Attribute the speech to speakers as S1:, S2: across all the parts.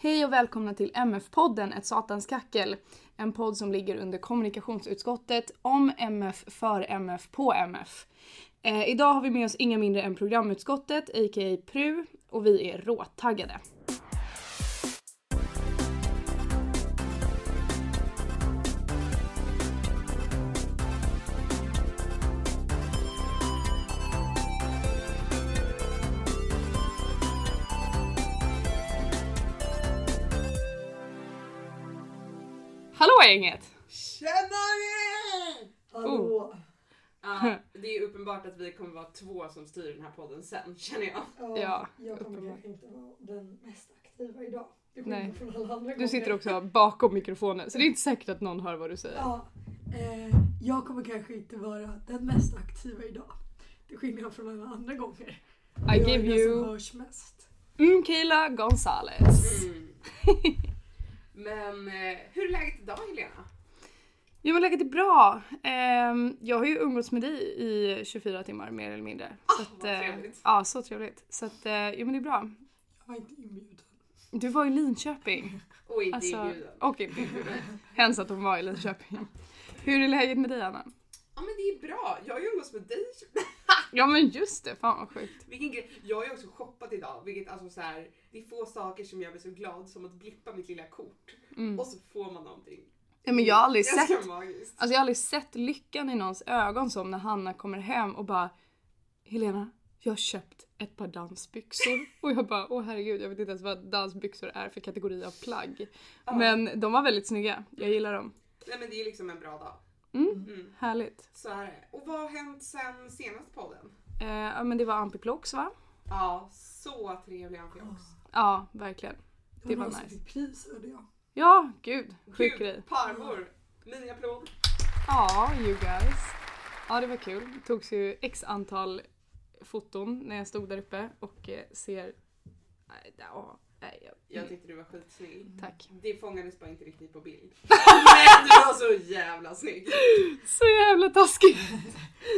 S1: Hej och välkomna till MF-podden Ett satans kackel. En podd som ligger under kommunikationsutskottet om MF, för MF, på MF. Eh, idag har vi med oss inga mindre än programutskottet, a.k.a. PRU, och vi är råtaggade. Hallå gänget!
S2: Tjenare!
S1: Oh.
S2: Hallå!
S3: Ja, det är ju uppenbart att vi kommer vara två som styr den här podden sen känner jag.
S1: Ja,
S2: jag kommer
S1: uppenbart.
S2: kanske inte vara den mest aktiva idag. Det
S1: Nej.
S2: skiljer från alla andra gånger.
S1: Du sitter också bakom mikrofonen så det är inte säkert att någon hör vad du säger.
S2: Ja, eh, jag kommer kanske inte vara den mest aktiva idag. Det skiljer från alla andra gånger.
S1: I
S2: jag
S1: give
S2: är den
S1: you
S2: som hörs mest.
S1: mm, Kayla Gonzales.
S3: Mm. Men eh, hur är läget idag Helena?
S1: Jo men läget är bra. Ehm, jag har ju umgåtts med dig i 24 timmar mer eller mindre. så
S3: Ah, vad
S1: eh,
S3: trevligt.
S1: Ja, så trevligt. Så att, eh, jo men det är bra.
S2: Jag var inte inbjuden.
S1: Du var i Linköping.
S3: Och inte
S1: Alltså,
S3: inbjuden.
S1: och inte inbjuden. Hens att hon var i Linköping. Hur är läget med dig Anna?
S3: Ja men det är bra, jag har ju umgås med dig.
S1: Ja men just det, fan vad sjukt.
S3: Vilken grej. Jag har ju också shoppat idag vilket alltså så här, det är få saker som gör mig så glad som att blippa mitt lilla kort
S1: Mm.
S3: och så får man någonting.
S1: Ja, men jag har aldrig
S3: Ganska
S1: sett,
S3: magiskt.
S1: alltså jag har aldrig sett lyckan i någons ögon som när Hanna kommer hem och bara Helena, jag har köpt ett par dansbyxor. Och jag bara, åh herregud, jag vet inte ens vad dansbyxor är för kategori av plagg.
S3: Ja.
S1: Men de var väldigt snygga, jag gillar dem.
S3: Nej men det är liksom en bra dag.
S1: Mm,
S3: Mm.
S1: härligt.
S3: Så här. är det. Och vad har hänt sen senast podden?
S1: Eh, ja men det var Ampiplox va?
S3: Ja, så trevlig amfiox.
S1: Ja, verkligen. Det var
S2: någon som
S1: nice.
S2: fick pris hörde jag.
S1: Ja, gud, sjuk
S3: Gud,
S1: grej.
S3: Parvor, min applåd.
S1: Ja, you guys. Ja, det var kul. Det togs ju x antal foton när jag stod där uppe och eh, ser... Nej, ja, nej, jag-
S3: Jag tyckte du var skitsnygg.
S1: Tack.
S3: Det fångades bara inte riktigt på bild. Men du var så jävla snygg.
S1: Så jävla taskigt!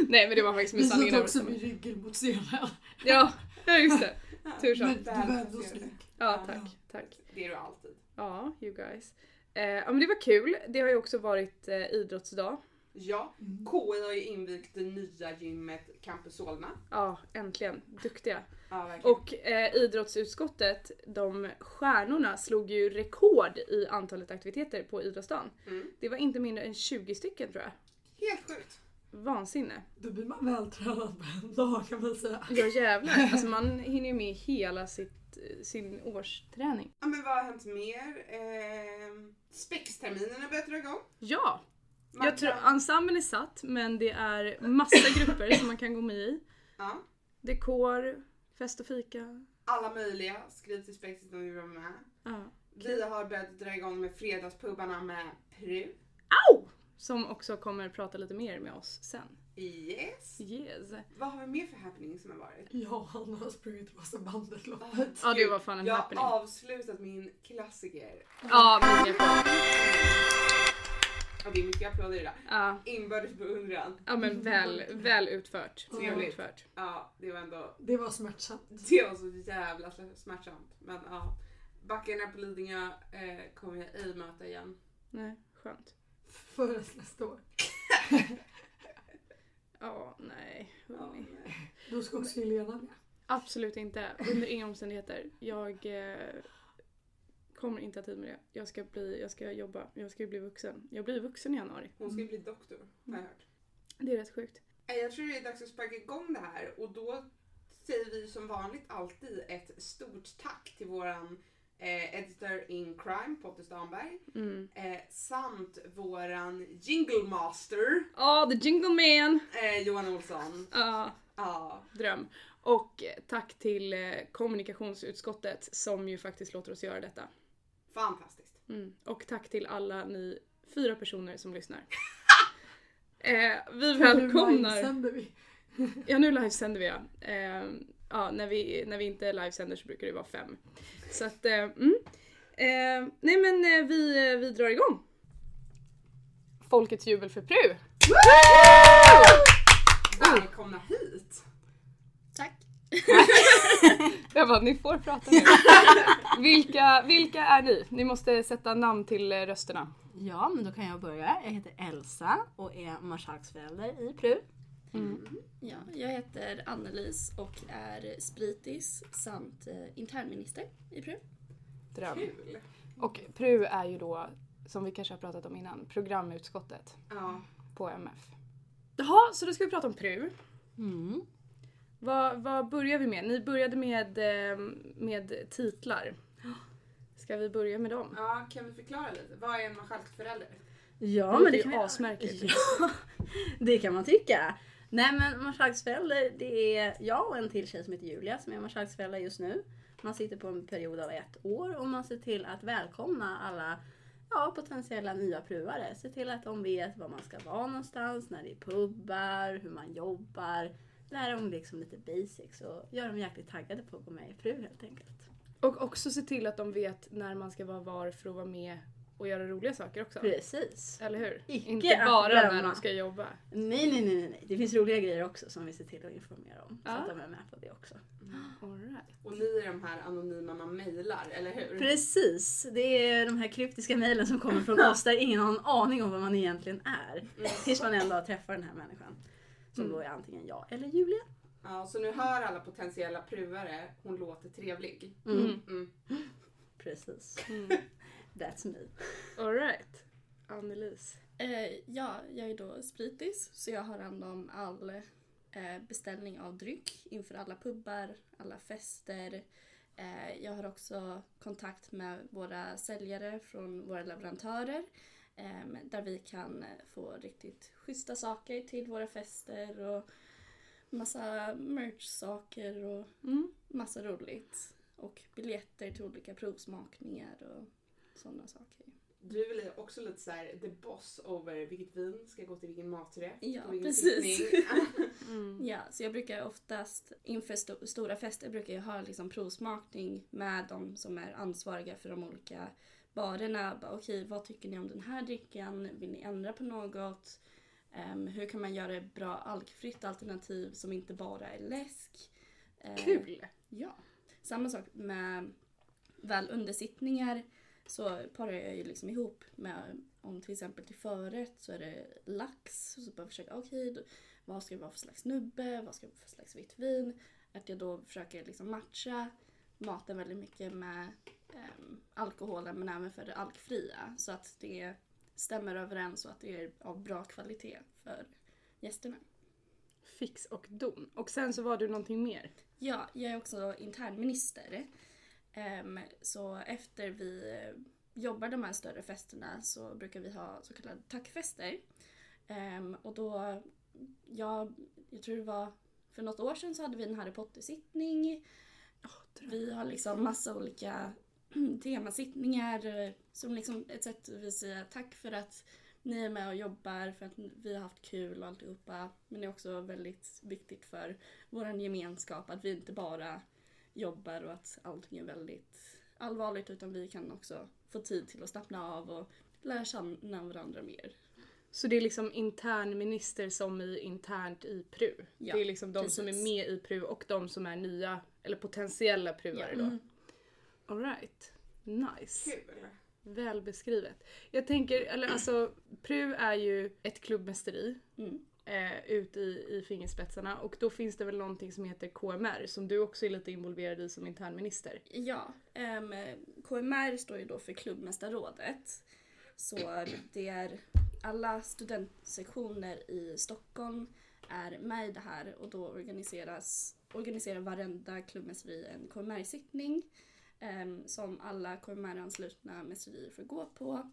S1: nej, men det var faktiskt med
S2: Vi
S1: sanningen
S2: satt också
S1: överensstämmande.
S2: med ryggen mot scenen.
S1: Ja, ja, just det. Tur så.
S2: Men du var
S3: Väl
S2: ändå
S3: placerad.
S2: snygg.
S1: Ja, tack. tack.
S3: Det är du alltid.
S1: Ja, you guys. Eh, ja, men det var kul. Det har ju också varit eh, idrottsdag.
S3: Ja,
S2: Mm.
S3: KI har ju invigt det nya gymmet Campus Solna.
S1: Ja, äntligen. Duktiga.
S3: Ja, verkligen.
S1: Och eh, idrottsutskottet, de stjärnorna, slog ju rekord i antalet aktiviteter på idrottsdagen.
S3: Mm.
S1: Det var inte mindre än 20 stycken tror jag.
S3: Helt sjukt.
S1: Vansinne.
S2: Då blir man vältränad på en dag kan man säga.
S1: Ja jävlar. Alltså man hinner ju med hela sitt, eh, sin årsträning.
S3: Ja, men vad har hänt mer? Eh, spexterminen har börjat dra igång.
S1: Ja!
S3: Man
S1: jag tror
S3: kan-
S1: ensemblen är satt men det är massa grupper som man kan gå med i.
S3: Ja,
S1: Dekor, fest och fika.
S3: alla möjliga. Skriv till spexet om du vill vara med.
S1: Ja.
S3: Vi har börjat dra igång med fredagspubbarna med Pru.
S1: Au! Som också kommer prata lite mer med oss sen.
S3: Yes.
S1: Yes.
S3: Vad har vi mer för happening som har varit?
S2: Jag och Hanna har sprungit Rosa bandet-loppet.
S1: Ja det var fan en
S3: jag
S1: happening.
S3: har avslutat min klassiker.
S1: Ja, mycket bra.
S3: Ja, det är mycket applåder idag.
S1: Ja.
S3: Inbördes beundran.
S1: Ja men väl, väl utfört.
S2: Trevligt.
S1: Väl utfört.
S3: Ja, det var ändå...
S2: Det var smärtsamt.
S3: Det var så jävla sm- smärtsamt. Men ja. Backarna på Lidingö eh, kommer jag ej möta igen.
S1: Nej, skönt.
S2: Förrän nästa år.
S1: Ja, nej.
S3: Ja,
S1: hörni.
S3: nej.
S2: Då ska också Helena med.
S1: Absolut inte. Under inga omständigheter. Jag eh, kommer inte ha tid med det. Jag ska, bli, jag ska jobba. Jag ska bli vuxen. Jag blir vuxen i januari.
S3: Hon ska ju bli doktor, har
S1: Mm.
S3: jag hört.
S1: Det är rätt sjukt.
S3: Eh, Jag tror det är dags att sparka igång det här och då säger vi som vanligt alltid ett stort tack till våran eh, editor in crime, Pontus Danberg.
S1: Mm.
S3: Eh, samt våran jingle master,
S1: Ah, the jingle man!
S3: eh, Johan Olsson.
S1: Ah,
S3: Ja,
S1: dröm. Och eh, tack till eh, kommunikationsutskottet som ju faktiskt låter oss göra detta.
S3: fantastiskt.
S1: Mm. Och tack till alla ni fyra personer som lyssnar. Eh, vi välkomnar...
S2: Nu sänder vi.
S1: Ja nu livesänder vi ja. Eh, ja när, vi, när vi inte livesänder så brukar det vara fem. Så att, eh, mm. eh, nej men eh, vi, eh, vi drar igång. Folkets jubel för PRU!
S4: Ah.
S3: Välkomna hit!
S1: Tack! Jag bara, ni får prata nu. vilka, vilka är ni? Ni måste sätta namn till eh, rösterna.
S5: Ja, men då kan jag börja. Jag heter Elsa och är marskalksförälder i PRU.
S4: Mm.
S1: Mm.
S3: Mm,
S4: Ja, jag heter Annelise och är spritis samt eh, internminister i PRU.
S1: Dröm.
S3: Kul!
S1: Och PRU är ju då, som vi kanske har pratat om innan, programutskottet
S3: Ja.
S1: på MF. Jaha, så då ska vi prata om PRU.
S5: Mm.
S1: Vad, vad börjar vi med? Ni började med, eh, med titlar. Ska vi börja med dem?
S3: ja, kan vi förklara lite? Vad är en marskalksförälder?
S5: Ja,
S1: Det
S5: men
S1: är
S5: det
S1: ju
S5: kan man...
S1: asmärkligt.
S5: Ja, det kan man tycka. Nej men marskalksförälder, det är jag och en till tjej som heter Julia som är marskalksförälder just nu. Man sitter på en period av ett år och man ser till att välkomna alla ja, potentiella nya pruare. Se till att de vet var man ska vara någonstans, när det är pubbar, hur man jobbar. Lära dem liksom lite basics och göra dem jäkligt taggade på att gå med i PRU helt enkelt.
S1: Och också se till att de vet när man ska vara var för att vara med och göra roliga saker också.
S5: Precis.
S1: Eller hur?
S5: Icke
S1: Inte
S5: att
S1: bara när
S5: glömma.
S1: de ska jobba.
S5: Nej, nej, nej, nej, nej. Det finns roliga grejer också som vi ser till att informera om.
S1: Ja. Mm.
S5: Så att de är med på det också.
S1: All right.
S3: Mm. Och ni är de här anonyma man mejlar, eller hur?
S5: Precis, det är de här kryptiska mejlen som kommer från oss där ingen har en aning om vad man egentligen är.
S3: Mm.
S5: Tills man en dag träffar den här människan. Som
S1: Mm.
S5: då är antingen jag eller Julia.
S3: Ja, så nu hör alla potentiella pruare, hon låter trevlig.
S5: Mm.
S1: Mm.
S3: Mm.
S5: Precis,
S1: Mm.
S5: that's me.
S1: All right. Annelise.
S4: Eh, ja, jag är då spritis så jag har hand om all eh, beställning av dryck inför alla pubbar, alla fester. Eh, jag har också kontakt med våra säljare från våra leverantörer ehm, där vi kan eh, få riktigt schyssta saker till våra fester och massa merch-saker och
S1: Mm.
S4: massa roligt. Och biljetter till olika provsmakningar och sådana saker.
S3: Du är väl också lite så här the boss over vilket vin ska gå till vilken maträtt?
S4: Ja,
S3: och vilken
S4: precis.
S3: sittning.
S5: Mm.
S1: Mm.
S4: Ja, så jag brukar oftast inför sto- stora fester brukar jag ha liksom provsmakning med de som är ansvariga för de olika barerna. Bara, Okej, vad tycker ni om den här drickan? Vill ni ändra på något? Ehm, hur kan man göra ett bra alkfritt alternativ som inte bara är läsk? Ehm,
S1: Kul!
S4: Ja. Samma sak med väl undersittningar så parar jag ju liksom ihop med om till exempel till förrätt så är det lax. Så bara försöka, okej då- vad ska det vara för slags nubbe, vad ska det vara för slags vitt vin. Att jag då försöker liksom matcha maten väldigt mycket med ehm, alkoholen men även för det alkfria. Så att det stämmer överens och att det är av bra kvalitet för gästerna.
S1: Fix och don. Och sen så var du någonting mer.
S4: Ja, jag är också internminister. Ehm, så efter vi eh, jobbar de här större festerna så brukar vi ha så kallade tackfester. Ehm, och då, ja, jag tror det var för något år sedan så hade vi en Harry Potter-sittning. vi har liksom massa olika temasittningar eh, som liksom ett sätt att säga tack för att ni är med och jobbar, för att vi har haft kul och alltihopa. Men det är också väldigt viktigt för vår gemenskap. Att vi inte bara jobbar och att allting är väldigt allvarligt utan vi kan också få tid till att slappna av och lära känna varandra mer.
S1: Så det är liksom internminister som i internt i PRU.
S4: Ja,
S1: det är liksom de som är
S4: precis.
S1: med i PRU och de som är nya eller potentiella PRUare
S4: Ja. Mm.
S1: då. All right. Nice.
S3: Kul!
S1: Väl beskrivet. Jag tänker, eller alltså PRU är ju ett klubbmästeri
S4: Mm.
S1: eh, ut i, i fingerspetsarna och då finns det väl någonting som heter KMR som du också är lite involverad i som internminister.
S4: Ja, ehm, KMR står ju då för Klubbmästarrådet. Så det är alla studentsektioner i Stockholm är med i det här och då organiseras, organiserar varenda klubbmästeri en KMR-sittning ehm, som alla KMR-anslutna mästerier får gå på.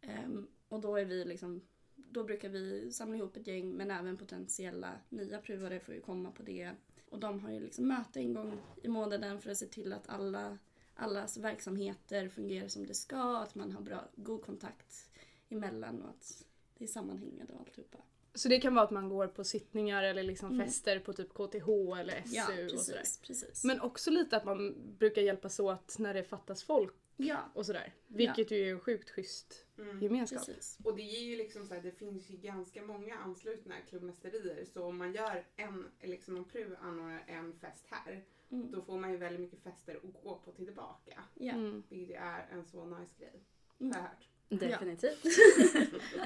S4: Ehm, och då är vi liksom då brukar vi samla ihop ett gäng men även potentiella nya pruvare får ju komma på det. Och de har ju liksom möte en gång i månaden för att se till att alla, allas verksamheter fungerar som det ska, att man har bra, god kontakt emellan och att det är sammanhängande och alltihopa.
S1: Så det kan vara att man går på sittningar eller liksom
S4: Mm.
S1: fester på typ KTH eller SU
S4: Ja,
S1: och sådär.
S4: precis. precis.
S1: Men också lite att man brukar hjälpas åt när det fattas folk
S4: Ja,
S1: och sådär. Vilket ju är en sjukt schysst
S3: Mm.
S1: gemenskap.
S4: precis.
S3: Och det ger ju liksom så här, det finns ju ganska många anslutna klubbmästerier så om man gör en, liksom om PRU anordnar en fest här
S4: Mm.
S3: då får man ju väldigt mycket fester att gå på tillbaka.
S4: Ja,
S1: Mm.
S3: Vilket ju är en så nice grej.
S4: Mm.
S3: Har jag hört.
S5: Definitivt.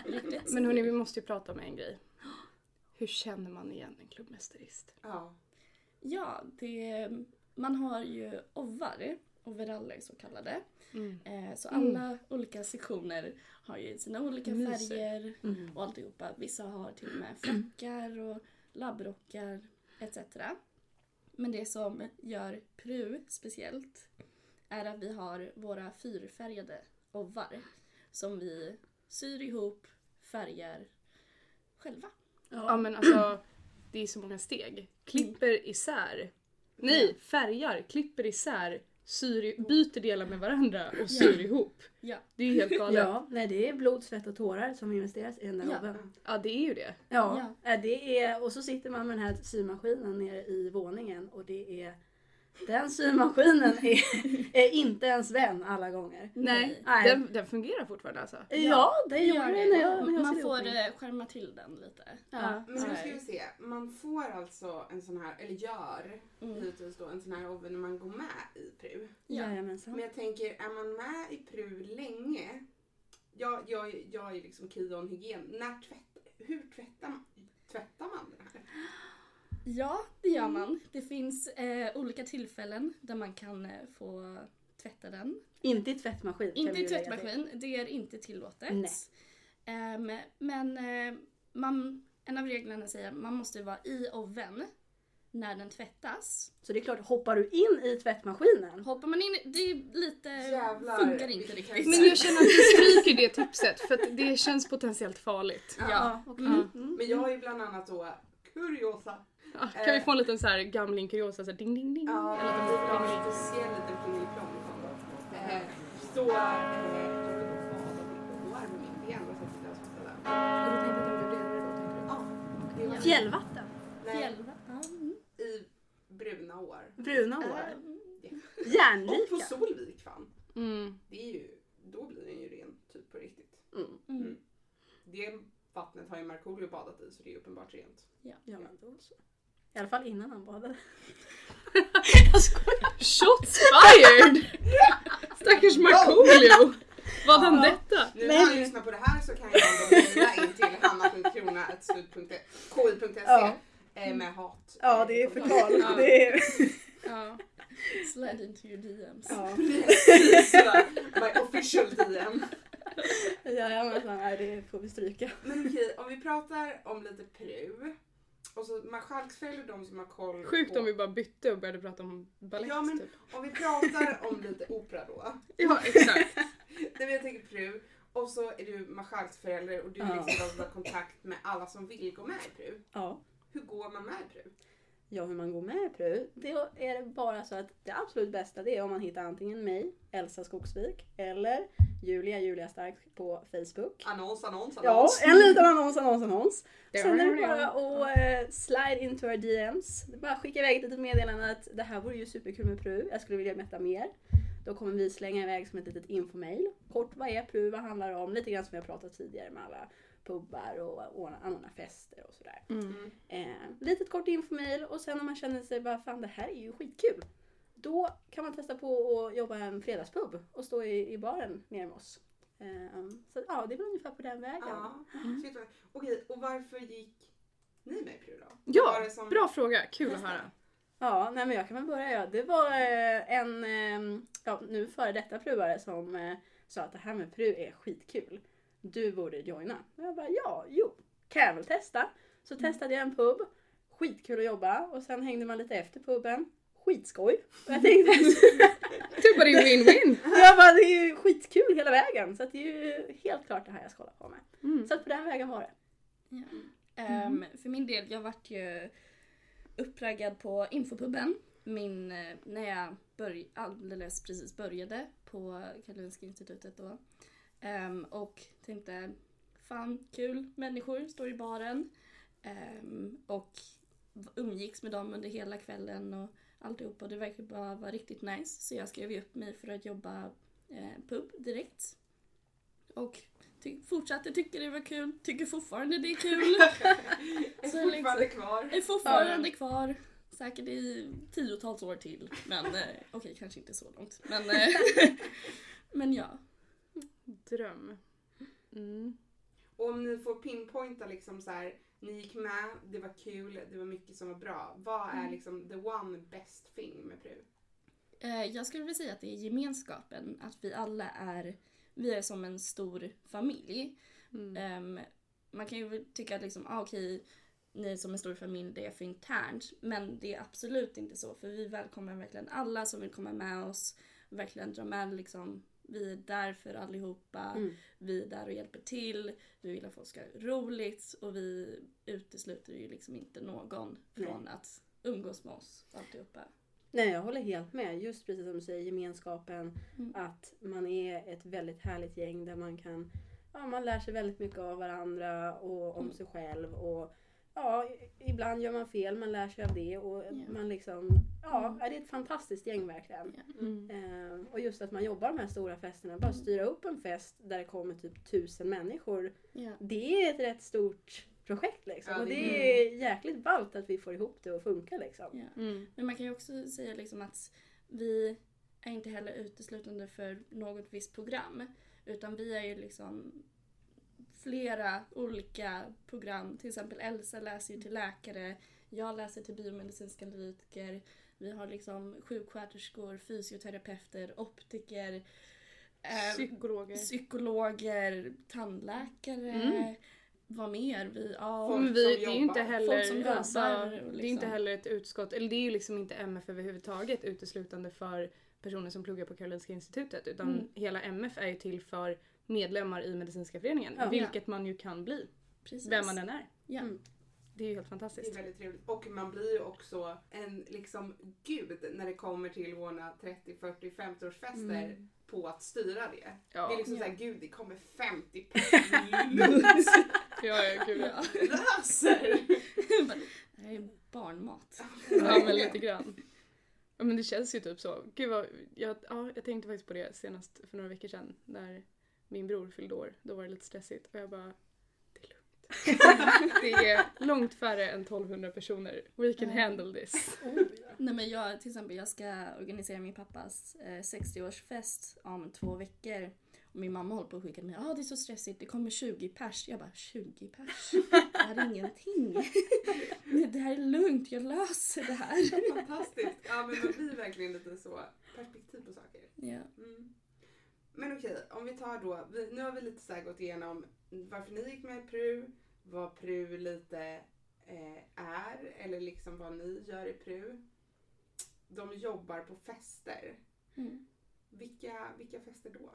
S4: riktigt.
S1: Men hörni, vi måste ju prata om en grej. Hur känner man igen en klubbmästerist?
S3: Ja.
S4: Ja, det, man har ju ovar, overaller så kallade. Eh, så
S1: Mm.
S4: alla olika sektioner har ju sina olika
S1: Myser.
S4: färger
S5: Mm.
S4: och alltihopa. Vissa har till och med frackar och labbrockar etc. Men det som gör PRU speciellt är att vi har våra fyrfärgade ovar som vi syr ihop, färgar själva.
S1: Ja men alltså, det är så många steg. Klipper isär. Nej, färgar, klipper isär, syr, i- byter delar med varandra och syr ihop.
S4: Ja.
S1: Det är ju helt galet. Ja.
S5: Ja, nej det är blod, svett och tårar som investeras i den där
S4: Ja.
S5: hobben.
S1: det är ju det.
S5: Ja, eh, det är, och så sitter man med den här symaskinen nere i våningen och det är den symaskinen är, är inte ens vän alla gånger.
S1: Nej,
S5: Nej.
S1: Den, den fungerar fortfarande alltså.
S5: Ja, det gör det när jag, när jag
S4: Man
S5: ser
S4: får
S5: ihop mig.
S4: eh, skärma till den lite.
S5: Ja.
S3: Men nu ska vi se. Man får alltså en sån här, eller gör hittills då, en sån här oven när man går med i PRU. Men
S5: Jajamensan.
S3: jag tänker, är man med i PRU länge? Jag, jag, jag är liksom key on hygien. När tvätt, hur tvättar man, tvättar man det här?
S4: Ja, det gör man. Det finns eh, olika tillfällen där man kan eh, få tvätta den.
S5: Inte i tvättmaskin. kan
S4: Inte
S5: vi
S4: i
S5: ju lägga till.
S4: tvättmaskin, det är inte tillåtet.
S5: Nej.
S4: Ehm, men eh, man, en av reglerna säger att man måste vara i oven när den tvättas.
S5: Så det är klart, hoppar du in i tvättmaskinen?
S4: Hoppar man in, det är lite,
S3: Jävlar.
S4: funkar inte
S3: Vilken
S4: riktigt.
S1: Men jag känner att vi stryker det tipset för att det känns potentiellt farligt.
S4: Ja.
S5: Mm.
S1: Ja.
S3: Men jag har ju bland annat då kuriosa.
S1: Ja, Kan vi få en liten så här gamling kuriosa så här ding ding ding?
S3: Ja,
S1: Eller
S3: det
S1: lite pling,
S3: blir bra.
S1: pling.
S3: Du ser lite plingelplong. Eh, Så... eh, Jag vill gå av och gå med min ben och sätta den på den. Ja, det var-
S5: Fjällvatten.
S3: Nej,
S4: Fjällva- ja, mm.
S3: I bruna år.
S5: Bruna
S4: Äh,
S5: hår.
S3: Och på
S5: Järnrika.
S3: Solvik fan.
S1: Mm.
S3: Det är ju, då blir den ju ren typ på riktigt.
S5: Mm.
S4: Mm.
S3: Det vattnet har ju Markoolio badat i så det är uppenbart rent.
S5: Ja, men då så. I alla fall innan han badade.
S1: Shots fired! Stackars Markoolio! Vad hann detta?
S3: Nu
S5: Nej,
S3: när han
S5: men-
S3: lyssnar på det här så kan jag ändå mejla in till hanna.krona.ki.se
S5: Ja.
S3: eh, med hat. Eh,
S5: förtal. Det är...
S1: Ja.
S4: Slide into your DMs.
S5: ja.
S3: Precis! My official DM.
S5: Jajamensan, nej, det får vi stryka.
S3: Men okej, om vi pratar om lite Peru. Och så Marschalksfäll är de som har koll
S1: Sjukt
S3: på...
S1: om vi bara bytte och började prata om balett
S3: Ja, men-
S1: typ.
S3: Om vi pratar om lite opera då.
S1: Ja exakt.
S3: Nej men jag tänker Peru. Och så är du Marschalksförälder och du
S5: Ja.
S3: liksom har liksom kontakt med alla som vill gå med i Peru.
S5: Ja.
S3: Hur går man med i Peru?
S5: Ja, hur man går med i PRU, det är bara så att det absolut bästa det är om man hittar antingen mig, Elsa Skogsvik, eller Julia, Julia Stark på Facebook.
S3: Annons, annons,
S5: Ja,
S3: annons.
S5: en liten annons, annons, annons.
S1: Det
S5: Sen
S1: har
S5: är det
S1: vi
S5: bara
S1: redan.
S5: att eh, slide into our DMs. Det är Bara att skicka iväg ett litet meddelande att det här vore ju superkul med PRU, jag skulle vilja veta mer. Då kommer vi slänga iväg som ett litet infomail. Kort, vad är PRU, vad handlar det om? Lite grann som vi har pratat tidigare med alla pubbar och ordna- anordna fester och sådär.
S3: Mm.
S5: Eh, litet kort infomail och sen om man känner sig bara fan det här är ju skitkul. Då kan man testa på att jobba en fredagspub och stå i, i baren nere med oss. Eh, så ja, det är väl ungefär på den vägen.
S3: Ja. Shit, vad- Okej, och varför gick ni med i Peru då? Vad var
S1: Ja,
S3: det som-
S1: bra fråga. Kul att höra.
S5: Ja, nej men jag kan väl börja. Ja. Det var eh, en eh, ja, nu före detta pruare som eh, sa att det här med pru är skitkul. Du borde joina. Och jag bara ja, jo, kan jag väl testa. Så testade jag en pub. Skitkul att jobba och sen hängde man lite efter puben. Skitskoj! Och jag tänkte
S1: Typ bara det är win-win.
S5: jag bara, det är ju skitkul hela vägen så att det är ju helt klart det här jag ska hålla på med.
S1: Mm.
S5: Så att på den vägen var det.
S4: Ja. Ehm, för min del, jag vart ju uppraggad på infopuben. Min, eh, när jag börj- alldeles precis började på Karolinska institutet då. Ehm, och tänkte, fan kul, människor står i baren. Ehm, och v- umgicks med dem under hela kvällen och alltihopa. Det verkar bara vara riktigt nice. Så jag skrev ju upp mig för att jobba eh, pub direkt. Och ty- fortsatte tycka det var kul, tycker fortfarande det är kul.
S3: Är
S4: Så liksom-
S3: fortfarande kvar.
S4: Är fortfarande kvar. Säkert i tiotals år till. Men eh, okej, kanske inte så långt. Men, eh, men ja.
S1: Dröm. Mm.
S3: Och om ni får pinpointa liksom så här, ni gick med, det var kul, det var mycket som var bra. Vad
S4: Mm.
S3: är liksom the one best thing med PRU?
S4: Eh, jag skulle vilja säga att det är gemenskapen. Att vi alla är, vi är som en stor familj.
S1: Mm.
S4: Ehm, man kan ju väl tycka att liksom, ah, okej, ni är som en stor familj, det är för internt. Men det är absolut inte så. För vi välkomnar verkligen alla som vill komma med oss. Verkligen dra med liksom, vi är där för allihopa. vi är där och hjälper till, vi vill att folk ska ha roligt och vi utesluter ju liksom inte någon från att umgås med oss alltihopa.
S5: Nej, jag håller helt med. Just precis som du säger, gemenskapen.
S4: Mm.
S5: Att man är ett väldigt härligt gäng där man kan... Ja, man lär sig väldigt mycket av varandra och om
S4: Mm.
S5: sig själv. Och ja, i- ibland gör man fel, man lär sig av det. Och
S4: Ja.
S5: man liksom... Ja,
S4: Mm.
S5: är det är ett fantastiskt gäng verkligen.
S1: Mm.
S5: Eh, och just att man jobbar de här stora festerna. Bara styra upp en fest där det kommer typ tusen människor.
S4: Ja.
S5: Det är ett rätt stort projekt liksom.
S3: Ja,
S5: och
S3: det
S5: det
S1: är-
S5: är jäkligt ballt att vi får ihop det och funkar liksom.
S4: Ja.
S1: Mm.
S4: Men man kan ju också säga liksom att vi är inte heller uteslutande för något visst program utan vi är ju liksom flera olika program. Till exempel Elsa läser ju till
S1: Mm.
S4: läkare, jag läser till biomedicinsk analytiker, vi har liksom sjuksköterskor, fysioterapeuter, optiker, eh,
S1: Psykologer.
S4: psykologer, tandläkare.
S1: Mm.
S4: Vad mer? Vi, ja,
S3: Folk
S1: Men
S3: som
S1: vi, det är ju
S3: jobbar.
S1: inte
S3: Folk
S1: heller...
S4: folk som jobbar.
S1: alltså,
S4: liksom.
S1: Det är inte heller ett utskott, eller det är ju liksom inte MF överhuvudtaget uteslutande för personer som pluggar på Karolinska institutet utan
S4: Mm.
S1: hela MF är ju till för medlemmar i medicinska föreningen
S5: Ja.
S1: vilket man ju kan bli,
S4: Precis.
S1: vem man än är.
S4: Ja.
S5: Mm.
S1: Det är ju helt
S3: Det är
S1: fantastiskt.
S3: väldigt trevligt. Och man blir ju också en liksom gud när det kommer till våra 30, 40, 50 årsfester på att styra det. Det är
S1: Mm. Ja,
S3: liksom
S4: Mm. Ja.
S3: såhär, gud det kommer 50 personer.
S1: ja, ja, gud, ja.
S4: Ja.
S3: löser.
S4: Det här är barnmat.
S1: ja men lite grann. Ja, men det känns ju typ så. Gud vad, jag, ja, jag tänkte faktiskt på det senast för några veckor sedan när min bror fyllde år. Då var det lite stressigt och jag bara, det är lugnt. det är långt färre än 1200 personer. We can
S4: Ja.
S1: handle this.
S4: Nej men jag till exempel, jag ska organisera min pappas eh, 60-årsfest om två veckor. Och min mamma håller på att skicka mig, ah det är så stressigt, det kommer 20 pers. Jag bara 20 pers? Det här är ingenting. Nej, det här är lugnt, jag löser det här.
S3: Fantastiskt. Ja men man blir verkligen lite så perspektiv på saker.
S4: Ja.
S3: Mm. Men okej, om vi tar då, vi, nu har vi lite så här gått igenom varför ni gick med i PRU, vad PRU lite eh, är eller liksom vad ni gör i PRU. De jobbar på fester.
S4: Mm.
S3: Vilka, vilka fester då?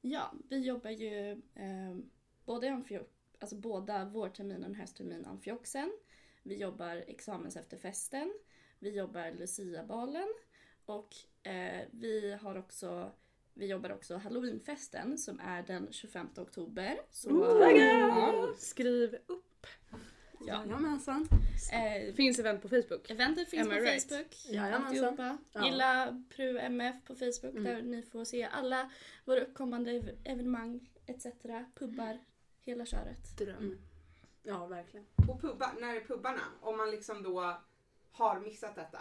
S4: Ja, vi jobbar ju eh, både amfio- alltså båda vårterminen och höstterminen amfioxen. Vi jobbar examens efter festen. Vi jobbar luciabalen. Och eh, vi har också vi jobbar också halloweenfesten som är den 25 oktober. Så,
S1: Oh
S4: ja,
S1: Skriv upp.
S4: ja.
S5: Jajamensan.
S4: Eh,
S1: Finns event på Facebook.
S4: eventet finns
S1: Am
S4: på
S1: I right?
S4: Facebook.
S5: Jajamensan.
S4: alltihopa.
S5: Ja.
S4: Gilla PruMF på Facebook
S5: Mm.
S4: där ni får se alla våra uppkommande ev- evenemang etc. Pubbar, hela köret.
S1: Dröm.
S5: Mm. Ja, verkligen.
S3: Och pubba, när är pubbarna? Om man liksom då har missat detta.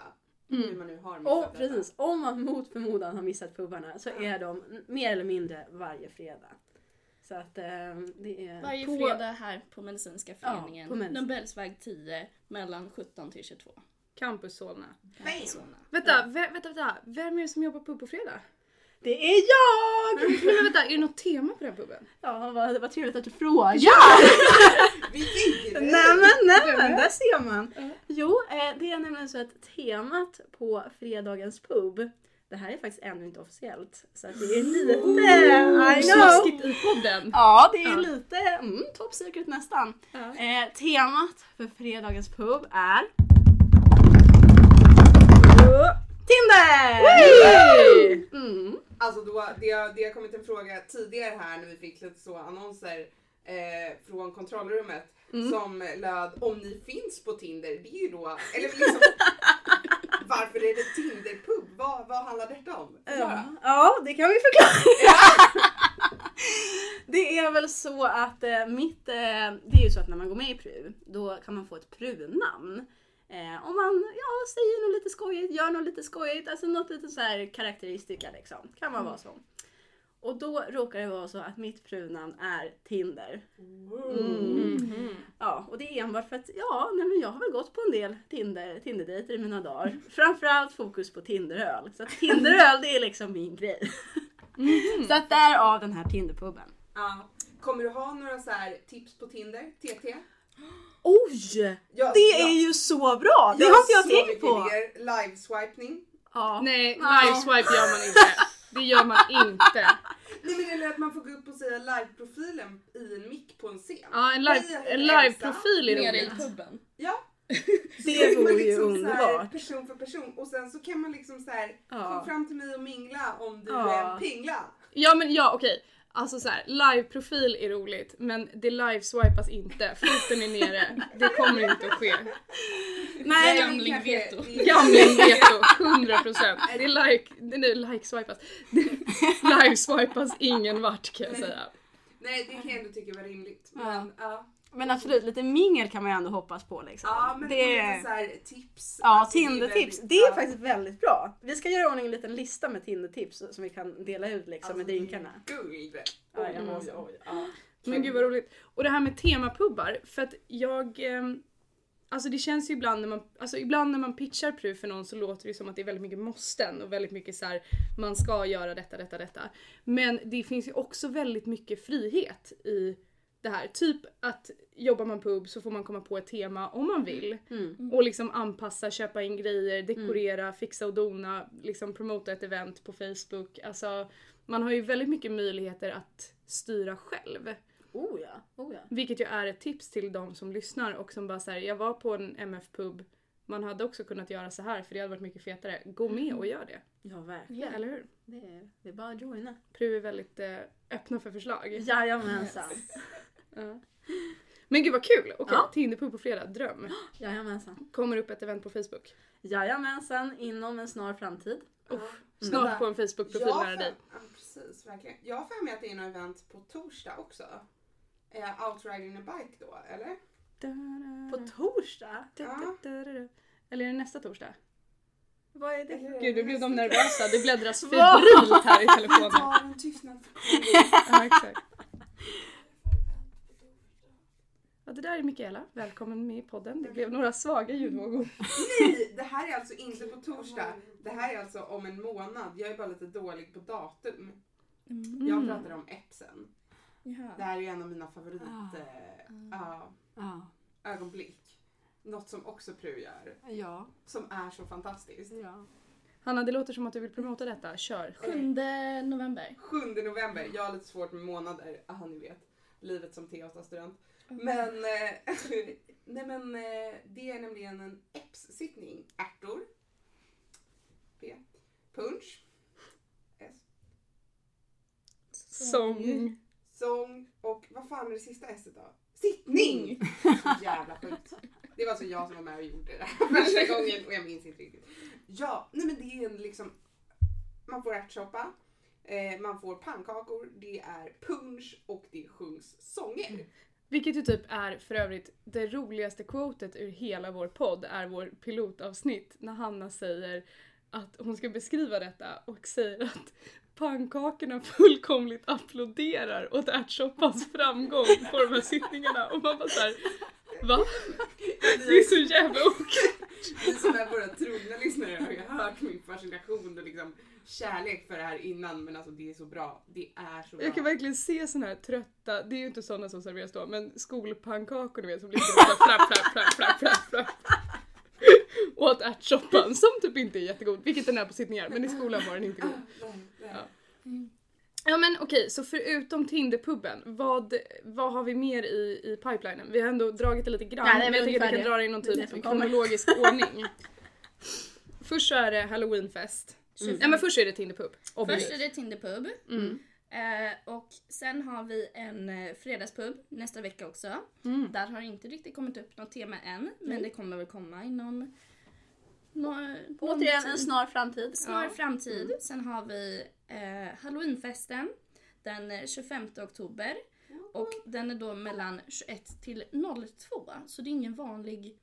S3: Hur man nu har missat
S5: Och
S3: detta.
S5: precis, om man mot förmodan har missat pubarna så är de n- mer eller mindre varje fredag. Så att eh, det är...
S4: Varje
S5: på,
S4: fredag här på Medicinska
S5: Ja,
S4: föreningen.
S5: på Medicin.
S4: Nobelsväg 10 mellan 17 till 22.
S1: Campus Solna.
S4: Här
S3: Bam!
S4: på Solna.
S1: Vänta, vä- vänta, vänta. Vem är det som jobbar pub på fredag?
S5: Det är jag!
S1: Nej, men vänta, är det något tema på den puben?
S5: Ja, vad, vad trevligt att du frågar.
S3: Vi ligger i-
S5: Nej men, nej men, där ser man. Jo, eh, det är nämligen så att temat på fredagens pub, det här är faktiskt ännu inte officiellt, så att det är lite, I know!
S1: Smaskigt i podden.
S5: Ja, det är
S1: Ja.
S5: lite mm, top secret nästan.
S1: Ja.
S5: Eh, temat för fredagens pub är... Tinder! Mm.
S3: Alltså då, det, har, det har kommit en fråga tidigare här när vi fick lite så annonser eh, från kontrollrummet
S5: Mm.
S3: som löd om ni finns på Tinder. Det är ju då, eller liksom, varför är det Tinderpub? Vad, vad handlar detta om? Förklara.
S5: Ja, ja, det kan vi förklara. det är väl så att eh, mitt, eh, det är ju så att när man går med i PRU, då kan man få ett PRU-namn. Eh, om man ja, säger något lite skojigt, gör något lite skojigt, alltså något lite så här karaktäristika liksom. Kan man vara så. Och då råkar det vara så att mitt PRU-namn är Tinder. Mm. Ja, och det är enbart för att ja, nej men jag har väl gått på en del Tinder, Tinder-dejter i mina dagar. Framförallt fokus på Tinderöl. Så att Tinderöl det är liksom min grej. Så att därav den här Tinderpubben.
S3: Ja. Kommer du ha några så här tips på Tinder? TT?
S5: Oj!
S3: Jag,
S5: Det är ju så bra! Det har inte jag tänkt på.
S3: Live-swipning.
S5: Ja.
S1: Nej,
S5: Ja.
S1: liveswipe gör man inte. Det gör man inte.
S3: Nej men eller att man får gå upp och säga live-profilen i en mick på en scen.
S1: Ja, en live- en live-profil är
S4: Nere i
S1: roligt.
S4: puben.
S3: Ja.
S5: Det
S3: Men
S5: vore ju
S3: liksom så här,
S5: underbart.
S3: person för person och sen så kan man liksom så här
S5: Ja.
S3: kom fram till mig och mingla om du
S5: Ja.
S3: är en pingla.
S1: Ja men ja okej. Alltså så här, live-profil är roligt men det live-swipas inte. Foten är nere. Det kommer inte att ske.
S5: Nej,
S3: det är
S4: Gamling
S3: kanske-
S4: veto.
S3: det är-
S1: Gamlingveto, 100%. Det är like, nej like-swipas. Live-swipas ingen vart kan jag säga.
S3: Nej det kan jag ändå tycka var rimligt.
S5: Ja.
S3: Men, ja.
S5: Men absolut, lite mingel kan man ju ändå hoppas på liksom.
S3: ja men det är lite så här tips.
S5: Ja,
S3: Alltså, det är
S5: Tinder-tips.
S3: väldigt-
S5: Det är
S3: ja.
S5: faktiskt väldigt bra. Vi ska göra i ordning en liten lista med Tinder-tips som vi kan dela ut liksom med
S3: Alltså,
S5: drinkarna.
S3: det är Guld. mm.
S5: Ja,
S3: Oj,
S5: ja.
S3: oj, oj. Ja.
S1: Men gud vad roligt. Och det här med temapubbar, för att jag... ehm, Alltså det känns ju ibland när man, alltså ibland när man pitchar PRU för någon så låter det som att det är väldigt mycket måsten och väldigt mycket så här man ska göra detta, detta, detta. Men det finns ju också väldigt mycket frihet i det här. Typ att jobbar man pub så får man komma på ett tema om man vill. Och liksom anpassa, köpa in grejer, dekorera, fixa och dona, liksom promota ett event på Facebook. Alltså man har ju väldigt mycket möjligheter att styra själv.
S5: Oh ja, oh ja.
S1: Vilket ju är ett tips till de som lyssnar och som bara säger jag var på en MF-pub, man hade också kunnat göra så här för det hade varit mycket fetare. Gå
S3: Mm.
S1: med och gör det.
S5: Ja, verkligen.
S4: Ja.
S1: Eller hur?
S5: Det är, det är bara att joina.
S1: PRU är väldigt eh, öppna för förslag.
S5: Jajamensan.
S1: Ja. Men gud vad kul! Okej,
S5: Ja.
S1: Tinderpub på fredag, dröm.
S5: Jajamensan.
S1: Kommer upp ett event på Facebook.
S5: Jajamensan, inom en snar framtid.
S1: Uff,
S3: Ja.
S1: snart
S3: Vänta.
S1: på en Facebook-profil
S3: Jag har
S1: nära
S3: för-
S1: dig.
S3: Ja, precis, verkligen. Jag har för mig att det är något event på torsdag också. Eh, Outriding a bike då, eller?
S5: På
S1: Mm.
S5: torsdag?
S3: Ja.
S1: Eller är det nästa torsdag?
S5: Vad är det?
S3: Eller är
S1: Gud, nu blev de
S3: nästa-
S1: nervösa. Det bläddras febrilt här i telefonen.
S3: Ta en tystnad för covid.
S1: Ja, exakt. Ja, det där är Mikaela. Välkommen med i podden. Det blev några svaga ljudvågor.
S3: Nej, det här är alltså inte på torsdag. Det här är alltså om en månad. Jag är bara lite dålig på datum.
S4: Mm.
S1: Mm.
S3: Jag pratar om Epsen. Det
S4: Ja.
S3: här är ju en av mina favorit
S2: Ah.
S3: eh, ja,
S2: Ja.
S3: ögonblick. Något som också Pru gör.
S2: Ja.
S3: Som är så fantastiskt.
S2: ja.
S1: Hanna, det låter som att du vill promota detta. Kör.
S4: 7 november.
S3: 7 november. Jag har lite svårt med månader. Ah, ni vet. Livet som T8-student.
S2: Mm.
S3: Men, eh, nej men eh, det är nämligen en EPS-sittning. Ärtor. B. Punch. S.
S1: Sång.
S3: Sång. Och vad fan är det sista S då? Sittning!
S1: Mm.
S3: Så jävla sjukt. Det var alltså jag som var med och gjorde det här första gången och jag minns inte riktigt. Ja, nej men det är en liksom... Man får ärtsoppa, eh, man får pannkakor, det är punch och det sjungs sånger.
S1: Vilket ju typ är för övrigt det roligaste quotet ur hela vår podd är vår pilotavsnitt när Hanna säger att hon ska beskriva detta och säger att pannkakorna fullkomligt applåderar åt ärtsoppans framgång på de här sittningarna och man bara såhär va? Det är så jävla ok.
S3: Ni som är våra trogna lyssnare har ju hört min fascination och liksom kärlek för det här innan men alltså det är så bra. Det är så bra.
S1: Jag kan verkligen se såna här trötta, det är ju inte såna som serveras då, men skolpannkakor ni vet som ligger och så här flapp, flapp, flapp, flapp, flapp, flapp. Och att ärtsoppan, som typ inte är jättegod, vilket den är på sittningar, men i skolan var den inte god.
S3: Nej, nej.
S1: Ja. Ja men okej, så förutom Tinderpubben, vad, vad har vi mer i, i pipelinen? Vi har ändå dragit det lite grann,
S5: Nej, det
S1: men
S5: är
S1: jag
S5: väl
S1: tycker att vi
S5: ungefär
S1: kan dra det i någon
S5: Det är det
S1: typ
S5: som kommer.
S1: kronologisk ordning. Först så är det halloweenfest.
S4: Mm.
S1: Nej men först är det Tinderpub.
S4: Först
S1: obviously.
S4: är det Tinderpub.
S1: Mm.
S4: Eh, och sen har vi en eh, fredagspub nästa vecka också.
S1: Mm.
S4: Där har det inte riktigt kommit upp något tema än, men det kommer väl komma inom Nå-
S5: Återigen
S4: någon
S5: en
S4: tid.
S5: snar framtid.
S4: snar
S5: Ja.
S4: framtid. Sen har vi eh, halloweenfesten den eh, 25 oktober. Och den är då mellan 21 till 02. Så det är ingen vanlig,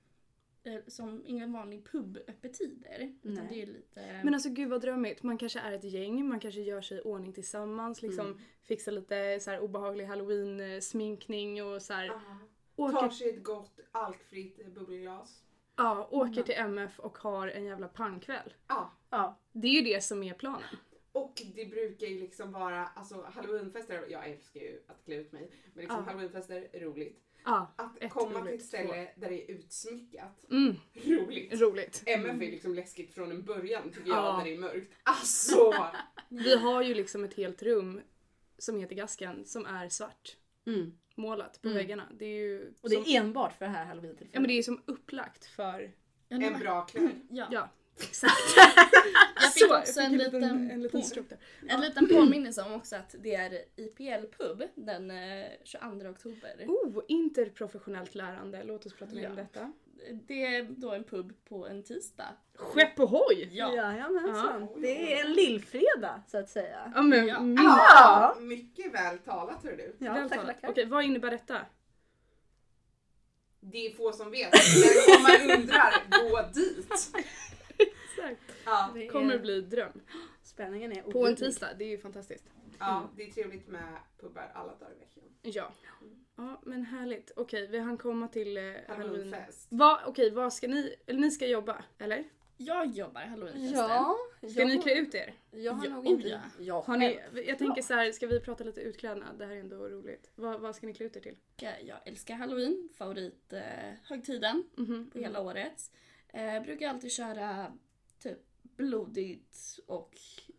S4: eh, som, ingen vanlig puböppettider. Utan
S5: Nej.
S4: det är lite...
S1: Men alltså gud vad drömmigt. Man kanske är ett gäng, man kanske gör sig i ordning tillsammans, liksom fixar lite så här obehaglig halloween-sminkning och så här.
S3: Tar
S1: Åker,
S3: sig ett gott alkfritt eh, bubbelglas.
S1: ja, åker till MF och har en jävla pangkväll.
S3: Ja.
S1: Ja, det är ju det som är planen.
S3: Och det brukar ju liksom vara, alltså halloweenfester, jag älskar ju att klä ut mig, men liksom
S1: Ja.
S3: halloweenfester, roligt.
S1: Ja,
S3: Att
S1: Ett
S3: komma till
S1: roligt,
S3: ett ställe där det är utsmyckat,
S1: mm,
S3: roligt.
S1: roligt.
S3: MF är liksom läskigt från en början tycker jag
S1: Ja.
S3: när det är mörkt. Alltså!
S1: Vi har ju liksom ett helt rum som heter Gasken som är svart
S5: Mm.
S1: målat på
S5: Mm.
S1: väggarna. Det är ju
S5: Och det
S1: som,
S5: är enbart för det här halloween-tillfället.
S1: ja, men det är som upplagt för...
S4: Ja, nu-
S3: En bra kväll.
S4: Ja.
S1: Ja, exakt.
S4: Jag fick
S1: Så,
S4: också en, liten,
S1: en liten stroke där.
S4: en liten påminnelse om också att det är IPL-pub den eh, 22 oktober.
S1: Oh, interprofessionellt lärande. Låt oss prata mer om
S4: Ja.
S1: detta.
S4: Det är då en pub på en tisdag.
S1: Skepp ohoj!
S4: Ja.
S5: Jajamensan. Det är en lillfredag så att säga.
S1: Ja men,
S4: Ja.
S1: mm.
S3: Ja! Mycket väl talat hör du.
S5: Ja,
S1: Väl
S5: tack,
S1: talat.
S5: tackar.
S1: Okej, vad innebär detta?
S3: Det är få som vet, men om man undrar, gå dit! Ja,
S5: Det är-
S1: Kommer bli dröm.
S5: Spänningen är
S1: På en
S5: olidlig.
S1: tisdag, det är ju fantastiskt.
S3: ja, det är trevligt med pubbar alla dagar i veckan.
S1: Ja. Ja men härligt. Okej, vi hann komma till eh, halloween.
S3: Halloweenfest.
S1: Va, okej, vad ska ni, eller ni ska jobba, eller?
S4: Jag jobbar halloweenfesten.
S5: Ja,
S1: Ska
S5: jag-
S1: ni klä ut er?
S5: Jag har
S4: Ja,
S5: nog
S4: oh
S5: inte...
S4: ja.
S5: Jag
S1: Har ni, jag tänker
S5: Ja.
S1: så här, ska vi prata lite utklädnad? Det här är ändå roligt. Vad, vad ska ni klä ut er till?
S4: Jag- Jag älskar halloween, favorithögtiden eh, högtiden
S1: Mhm.
S4: på
S5: Mm.
S4: hela året. Eh, brukar alltid köra typ blodigt och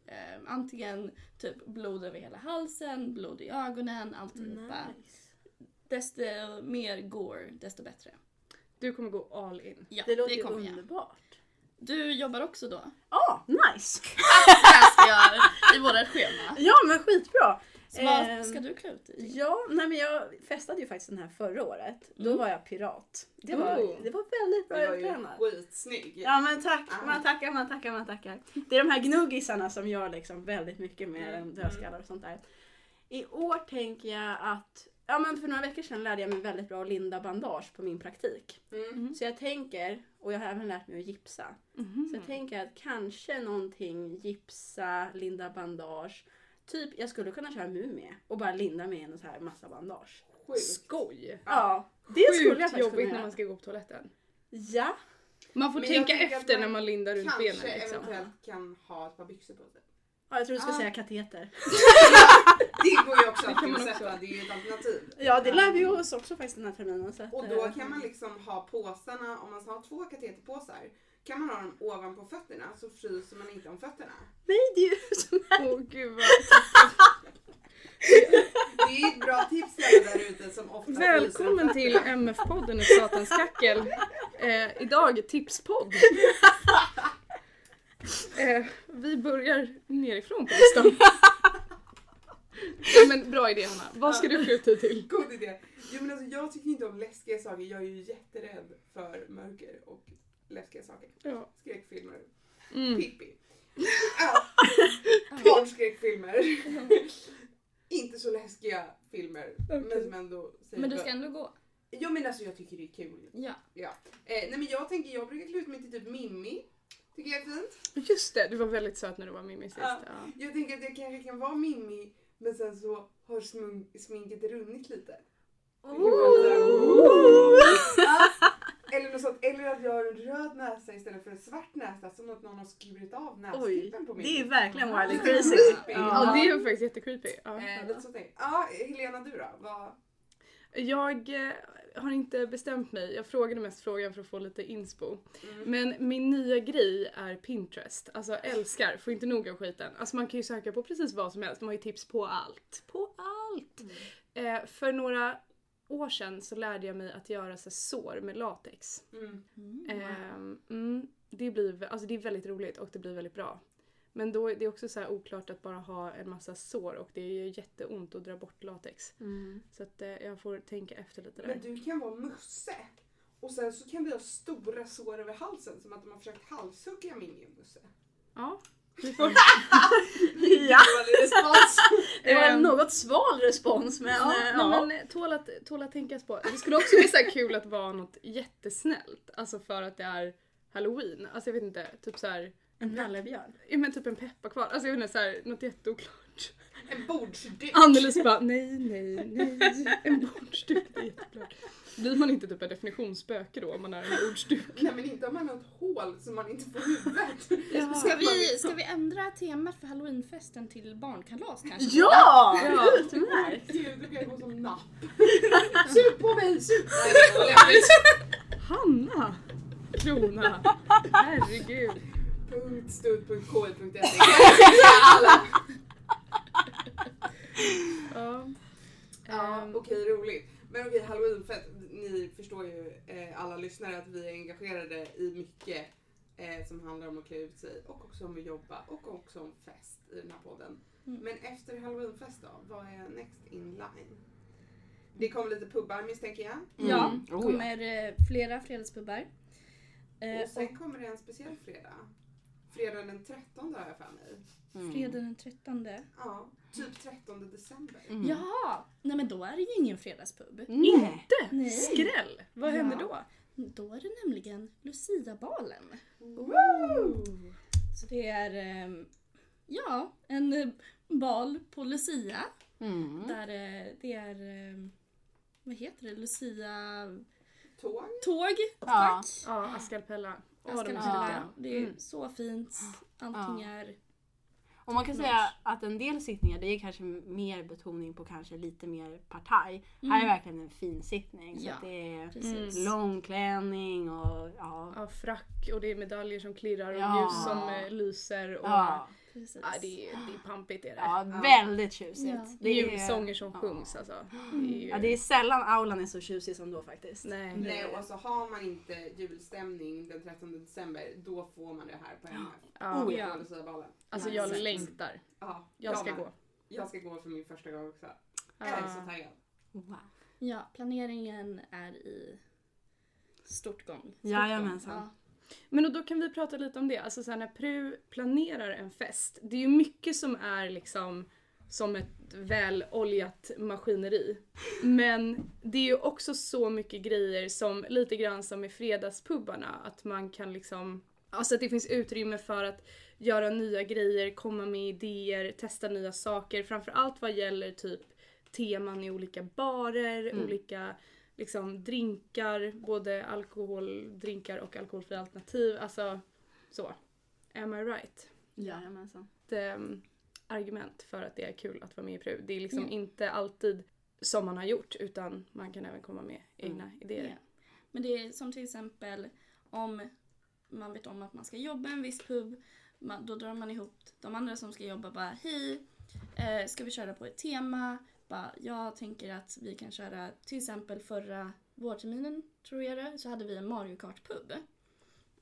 S4: eh, antingen typ blod över hela halsen, blod i ögonen, alltihopa.
S5: Nice.
S4: Desto mer gore, desto bättre.
S1: Du kommer gå all in.
S4: Ja,
S5: Det låter ju
S4: kommer jag.
S5: underbart.
S4: Du jobbar också då?
S5: Ja, nice!
S4: Här ska jag i vårat schema.
S5: Ja men skitbra!
S4: Så vad
S5: Ehm,
S4: ska du klä ut dig till?
S5: Ja, nej men jag festade ju faktiskt den här förra året. Då
S4: Mm.
S5: var jag pirat. Det var,
S1: Oh.
S5: det var väldigt
S3: Det
S5: bra
S3: var ju
S5: utklädnad.
S3: skitsnygg.
S5: Ja men tack,
S3: Ah.
S5: man tackar, man tackar, man tackar. Det är de här gnuggisarna som gör liksom väldigt mycket med
S3: Mm.
S5: dödskallar och sånt där. I år tänker jag att, ja men för några veckor sedan lärde jag mig väldigt bra att linda bandage på min praktik.
S3: Mm.
S5: Så jag tänker, och jag har även lärt mig att gipsa. Så jag tänker att kanske någonting gipsa, linda bandage. Typ jag skulle kunna köra mumie och bara linda med en så här massa bandage.
S3: Sjukt.
S1: Skoj!
S5: Ja, det skulle jag
S1: Sjukt
S5: faktiskt kunna
S1: jobbigt
S5: göra.
S1: när man ska gå på toaletten.
S5: Ja,
S1: Man får
S3: Men jag
S1: tänka
S3: tänker att
S1: efter
S3: man
S1: när man lindar runt
S3: Kanske
S1: benen liksom.
S3: eventuellt kan ha ett par byxor på sig.
S5: ja jag tror du skulle
S3: Ah.
S5: säga kateter.
S3: Det går ju också
S1: Det
S3: att
S1: kan man
S3: tillsätta,
S1: också.
S3: det är ju ett alternativ.
S5: Ja, det lär vi oss också faktiskt den här terminen. Så att,
S3: Och då
S5: eh,
S3: kan man liksom ha påsarna, om man har två kateterpåsar, kan man ha dem ovanpå fötterna så fryser man inte om fötterna.
S5: Nej, det är ju som
S1: Åh gud vad...
S3: Det är ett bra tips till alla där ute som ofta fryser om
S1: Välkommen till MF-podden och Satans kackel. Eh, idag tipspodd. Eh, vi börjar nerifrån på listan. Ja, men bra idé Hanna. Vad ska du klä ut dig till?
S3: God idé! Jo men alltså jag tycker inte om läskiga saker, jag är ju jätterädd för mörker och läskiga saker.
S1: Ja.
S3: Skräckfilmer.
S1: Mm.
S3: Pippi. Ja. Barnskräckfilmer. inte så läskiga filmer men som ändå säger
S4: Men du ska
S3: bra.
S4: ändå gå?
S3: Jo men alltså jag tycker det är kul.
S4: Ja.
S3: Eh, nej men jag tänker, jag brukar klä ut mig till typ Mimmi. Tycker jag är fint.
S1: Just det, du var väldigt söt när du var Mimmi sist.
S3: Ja.
S1: Ja.
S3: Jag tänker att jag kanske kan vara Mimmi men sen så har smunk- sminket runnit lite. Ja. Eller något sånt. Eller att jag har en röd näsa istället för en svart näsa som att någon har skurit av
S5: Oj,
S3: nästippen på mig.
S5: det är verkligen wild and
S3: Lite
S5: crazy.
S3: creepy.
S1: Ja,
S5: Ja.
S1: det är faktiskt jättecreepy. Ja.
S3: Eh, lite så tänk. Ja, Helena du då? Vad...
S1: Jag eh, har inte bestämt mig. Jag frågade mest frågan för att få lite inspo.
S3: Mm.
S1: Men min nya grej är Pinterest. Alltså älskar, får inte nog av skiten. Alltså man kan ju söka på precis vad som helst, de har ju tips på allt. På allt! Eh, för några år sedan så lärde jag mig att göra så här sår med latex.
S3: Mm.
S1: Ehm, mm, det, blir, alltså det är väldigt roligt och det blir väldigt bra. Men då är det också så här oklart att bara ha en massa sår och det är ju jätteont att dra bort latex. Så att eh, jag får tänka efter lite där.
S3: Men du kan vara Musse Och sen så kan vi ha stora sår över halsen som att de har försökt halshugga min jimbusse.
S5: Ja.
S3: Ja. Dålig respons.
S5: Det var en
S1: Ehm.
S5: något sval respons men
S1: Ja,
S5: eh,
S1: nej,
S5: ja.
S1: men eh, tål att, tål att tänkas på. Det skulle också bli så här kul att vara något jättesnällt. Alltså för att det är halloween. Alltså jag vet inte, typ så här,
S5: en nallebjörn.
S1: ja men typ en pepparkvarn. Alltså jag vet inte, så här, något jätteoklart.
S3: En bordsduk.
S1: Annelies bara nej, nej, nej. En bordsduk, det är jätteoklart. Blir man inte typ en definitionsspöke då om man är en bordsduk?
S3: Nej men inte om man har ett hål som man inte får huvudet.
S1: Ja.
S4: Ska vi, ska vi ändra temat för halloweenfesten till barnkalas kanske?
S5: Ja!
S1: Ja. typ.
S5: Utmärkt!
S3: Gud, du kan gå som napp. Sug på mig, sug! Nej,
S1: Hanna! Krona! Herregud.
S3: Punkt, stud, punkt, kl, punkt, se. Alla.
S1: Ja.
S3: Ja,
S1: Ehm,
S3: okej, roligt. Men okej, halloweenfest. Ni förstår ju eh, alla lyssnare att vi är engagerade i mycket eh, som handlar om att klä ut sig och också om att jobba och också om fest i den här podden.
S4: Mm.
S3: Men efter halloweenfest då, vad är next in line? Det kommer lite pubbar misstänker jag.
S4: Ja,
S1: Mm. Oh, ja.
S4: kommer eh, flera fredagspubbar. Eh,
S3: Och sen kommer det en speciell fredag. Fredag den 13 har jag för mig.
S4: och fredag den 13.
S3: Ja, typ 13 december.
S1: Mm.
S4: Jaha! Nej men då är det ju ingen fredagspub.
S1: Inte!
S4: Nej.
S1: Ehm, Skräll! Vad händer
S4: Ja.
S1: då?
S4: Då är det nämligen Lucia-balen.
S3: Woo!
S4: Så det är ehm, ja, en eh, bal på Lucia. Där eh, det är, ehm, vad heter det, Lucia-tåg.
S3: Tåg.
S6: Ja.
S1: Ja, Askalpella. Åh,
S4: Jag ska
S1: de är
S4: lägga
S1: så
S6: Ja.
S1: roliga.
S4: till det. Det är
S1: Mm.
S4: så fint. Allting är...
S6: Och man kan säga att en del sittningar det är kanske mer betoning på kanske lite mer partaj. Här är verkligen en fin sittning. Så
S4: Ja.
S6: att det är
S4: Mm. Precis.
S5: Mm,
S6: lång klänning och ja.
S1: Ja, frack och det är medaljer som klirrar och
S6: Ja.
S1: ljus som eh, lyser. Och,
S6: Ja.
S4: Precis.
S1: Ja, det, är, det är pampigt är det.
S6: ja, väldigt tjusigt.
S4: Ja.
S6: Det är,
S1: Julsånger som sjungs alltså. Det är ju...
S6: Ja, det är sällan aulan är så tjusig som då faktiskt.
S1: Nej.
S3: Nej, och alltså har man inte julstämning den 13 december, då får man det här på MF.
S1: Ja.
S3: På
S4: Oh, ja.
S3: Luciabalen.
S1: Alltså jag
S4: Exakt.
S1: längtar.
S3: Ja,
S1: Jag ska
S3: med.
S1: gå.
S3: Jag ska gå för min första gång också.
S1: Ja.
S3: Jag är så taggad.
S6: Wow.
S4: Ja, planeringen är i stort gång. Stort
S6: Jajamensan.
S4: gång.
S1: Men och då kan vi prata lite om det. Alltså så här, när PRU planerar en fest, det är ju mycket som är liksom som ett väloljat maskineri. Men det är ju också så mycket grejer som lite grann som i fredagspubbarna att man kan liksom Alltså att det finns utrymme för att göra nya grejer, komma med idéer, testa nya saker. Framförallt vad gäller typ teman i olika barer, olika liksom drinkar, både alkoholdrinkar och alkoholfria alternativ. Alltså så. Am I right?
S6: Jajamensan.
S1: Ett ehm, argument för att det är kul att vara med i PRU. Det är liksom inte alltid som man har gjort utan man kan även komma med egna idéer.
S4: Ja. Men det är som till exempel om man vet om att man ska jobba i en viss pub. Man, då drar man ihop de andra som ska jobba bara hej, eh, ska vi köra på ett tema? Bara, jag tänker att vi kan köra till exempel förra vårterminen tror jag det, så hade vi en Mario Kart-pub.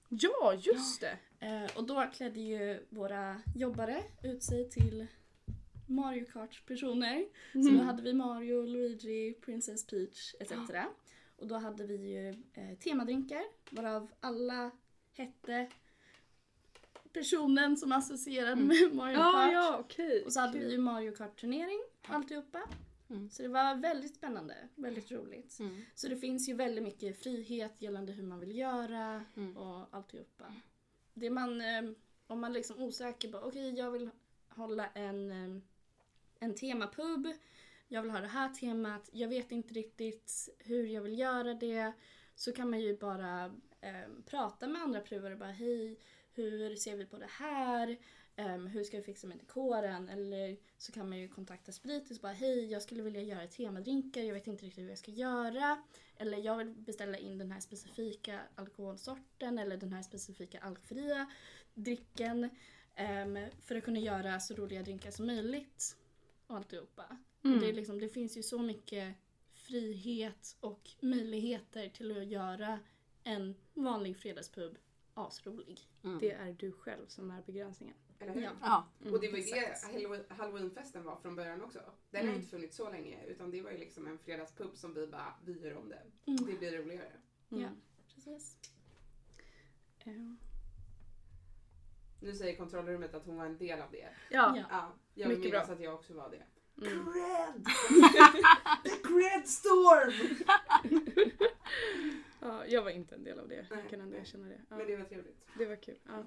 S1: Ja, just det!
S4: Eh, och då klädde ju våra jobbare ut sig till Mario Kart-personer. Så
S1: Mhm.
S4: då hade vi Mario, Luigi, Princess Peach etc. Och då hade vi ju eh, temadrinkar varav alla hette personen som associerade med
S1: Mm.
S4: Mario
S1: Ja,
S4: Kart.
S1: ja, okej.
S4: Och så hade vi ju Mario Kart-turnering och alltihopa.
S6: Mm.
S4: Så det var väldigt spännande, väldigt roligt.
S6: Mm.
S4: Så det finns ju väldigt mycket frihet gällande hur man vill göra
S6: Mm.
S4: och alltihopa. Det man, eh, om man liksom osäker bara okej jag vill hålla en, eh, en temapub, jag vill ha det här temat, jag vet inte riktigt hur jag vill göra det. Så kan man ju bara eh, prata med andra pruvar och bara hej, hur ser vi på det här? Ehm, hur ska vi fixa med dekoren? Eller så kan man ju kontakta Spritis och bara hej, jag skulle vilja göra temadrinkar, jag vet inte riktigt hur jag ska göra. Eller jag vill beställa in den här specifika alkoholsorten eller den här specifika alkfria drycken ehm, för att kunna göra så roliga drinkar som möjligt och alltihopa. Och
S1: Mm.
S4: det, är liksom, det finns ju så mycket frihet och möjligheter till att göra en vanlig fredagspub asrolig.
S1: Det är du själv som är begränsningen.
S3: Eller hur?
S4: Ja.
S6: Mm. Ja.
S1: Mm.
S3: Och det var ju det
S4: exakt.
S3: Halloween- halloweenfesten var från början också. Den
S1: Mm.
S3: har ju inte funnits
S1: Mm.
S3: Mm. så länge utan det var ju liksom en fredagspub som vi bara, vi gör om det. Det blir roligare.
S4: Ja. Precis.
S1: Ehm.
S4: Eh,
S3: Nu säger kontrollrummet att hon var en del av det.
S5: Ja.
S4: ja.
S3: Ja, jag
S1: Mycket
S3: minns att jag också var det.
S5: Mm.
S3: Cred! The cred storm!
S1: Ja, jag var inte en del av det.
S3: Nej,
S1: Jag kan ändå
S3: nej.
S1: erkänna det. Ja.
S3: Men det var trevligt.
S1: Det var kul. Ja.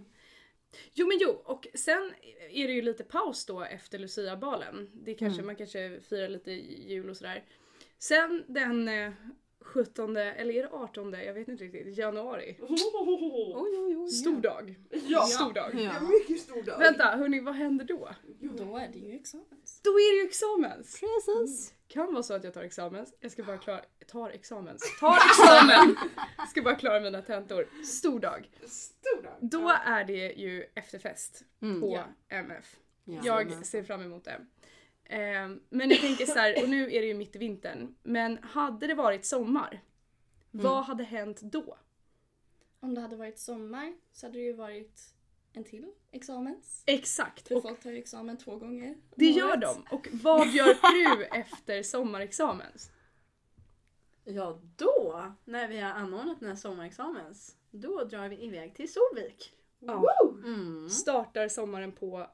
S1: Jo men jo, och sen är det ju lite paus då efter Lucia-balen. Det kanske, Man kanske firar lite jul och sådär. Sen den eh, 17, eller är det 18, jag vet inte riktigt, januari. Stor dag.
S3: Ja.
S1: Stor dag.
S3: Det
S6: Ja.
S3: är mycket stor dag.
S1: Vänta hörni, vad händer då?
S4: Då är det ju liksom examens.
S1: Då är det ju examens!
S6: Precis.
S1: Kan vara så att jag tar examens. Jag ska bara klara... Tar examens. Tar examen! Jag ska bara klara mina tentor. Stor dag.
S3: Stor dag.
S1: Då
S3: Ja.
S1: är det ju efterfest
S6: Mm.
S1: på
S4: Ja.
S1: MF.
S6: Ja.
S1: Jag ser fram emot det. Ehm, Men jag tänker så här, och nu är det ju mitt i vintern, men hade det varit sommar,
S5: Mm.
S1: vad hade hänt då?
S4: Om det hade varit sommar så hade det ju varit en till examens.
S1: Exakt!
S4: För
S1: Och
S4: folk tar ju examen två gånger. om
S1: det gör
S4: året.
S1: de. Och vad gör Pru efter sommarexamen?
S6: Mm. Ja.
S5: Då, när vi har anordnat den här sommarexamens, då drar vi iväg till Solvik.
S1: Woo!
S6: Mm.
S1: Startar sommaren på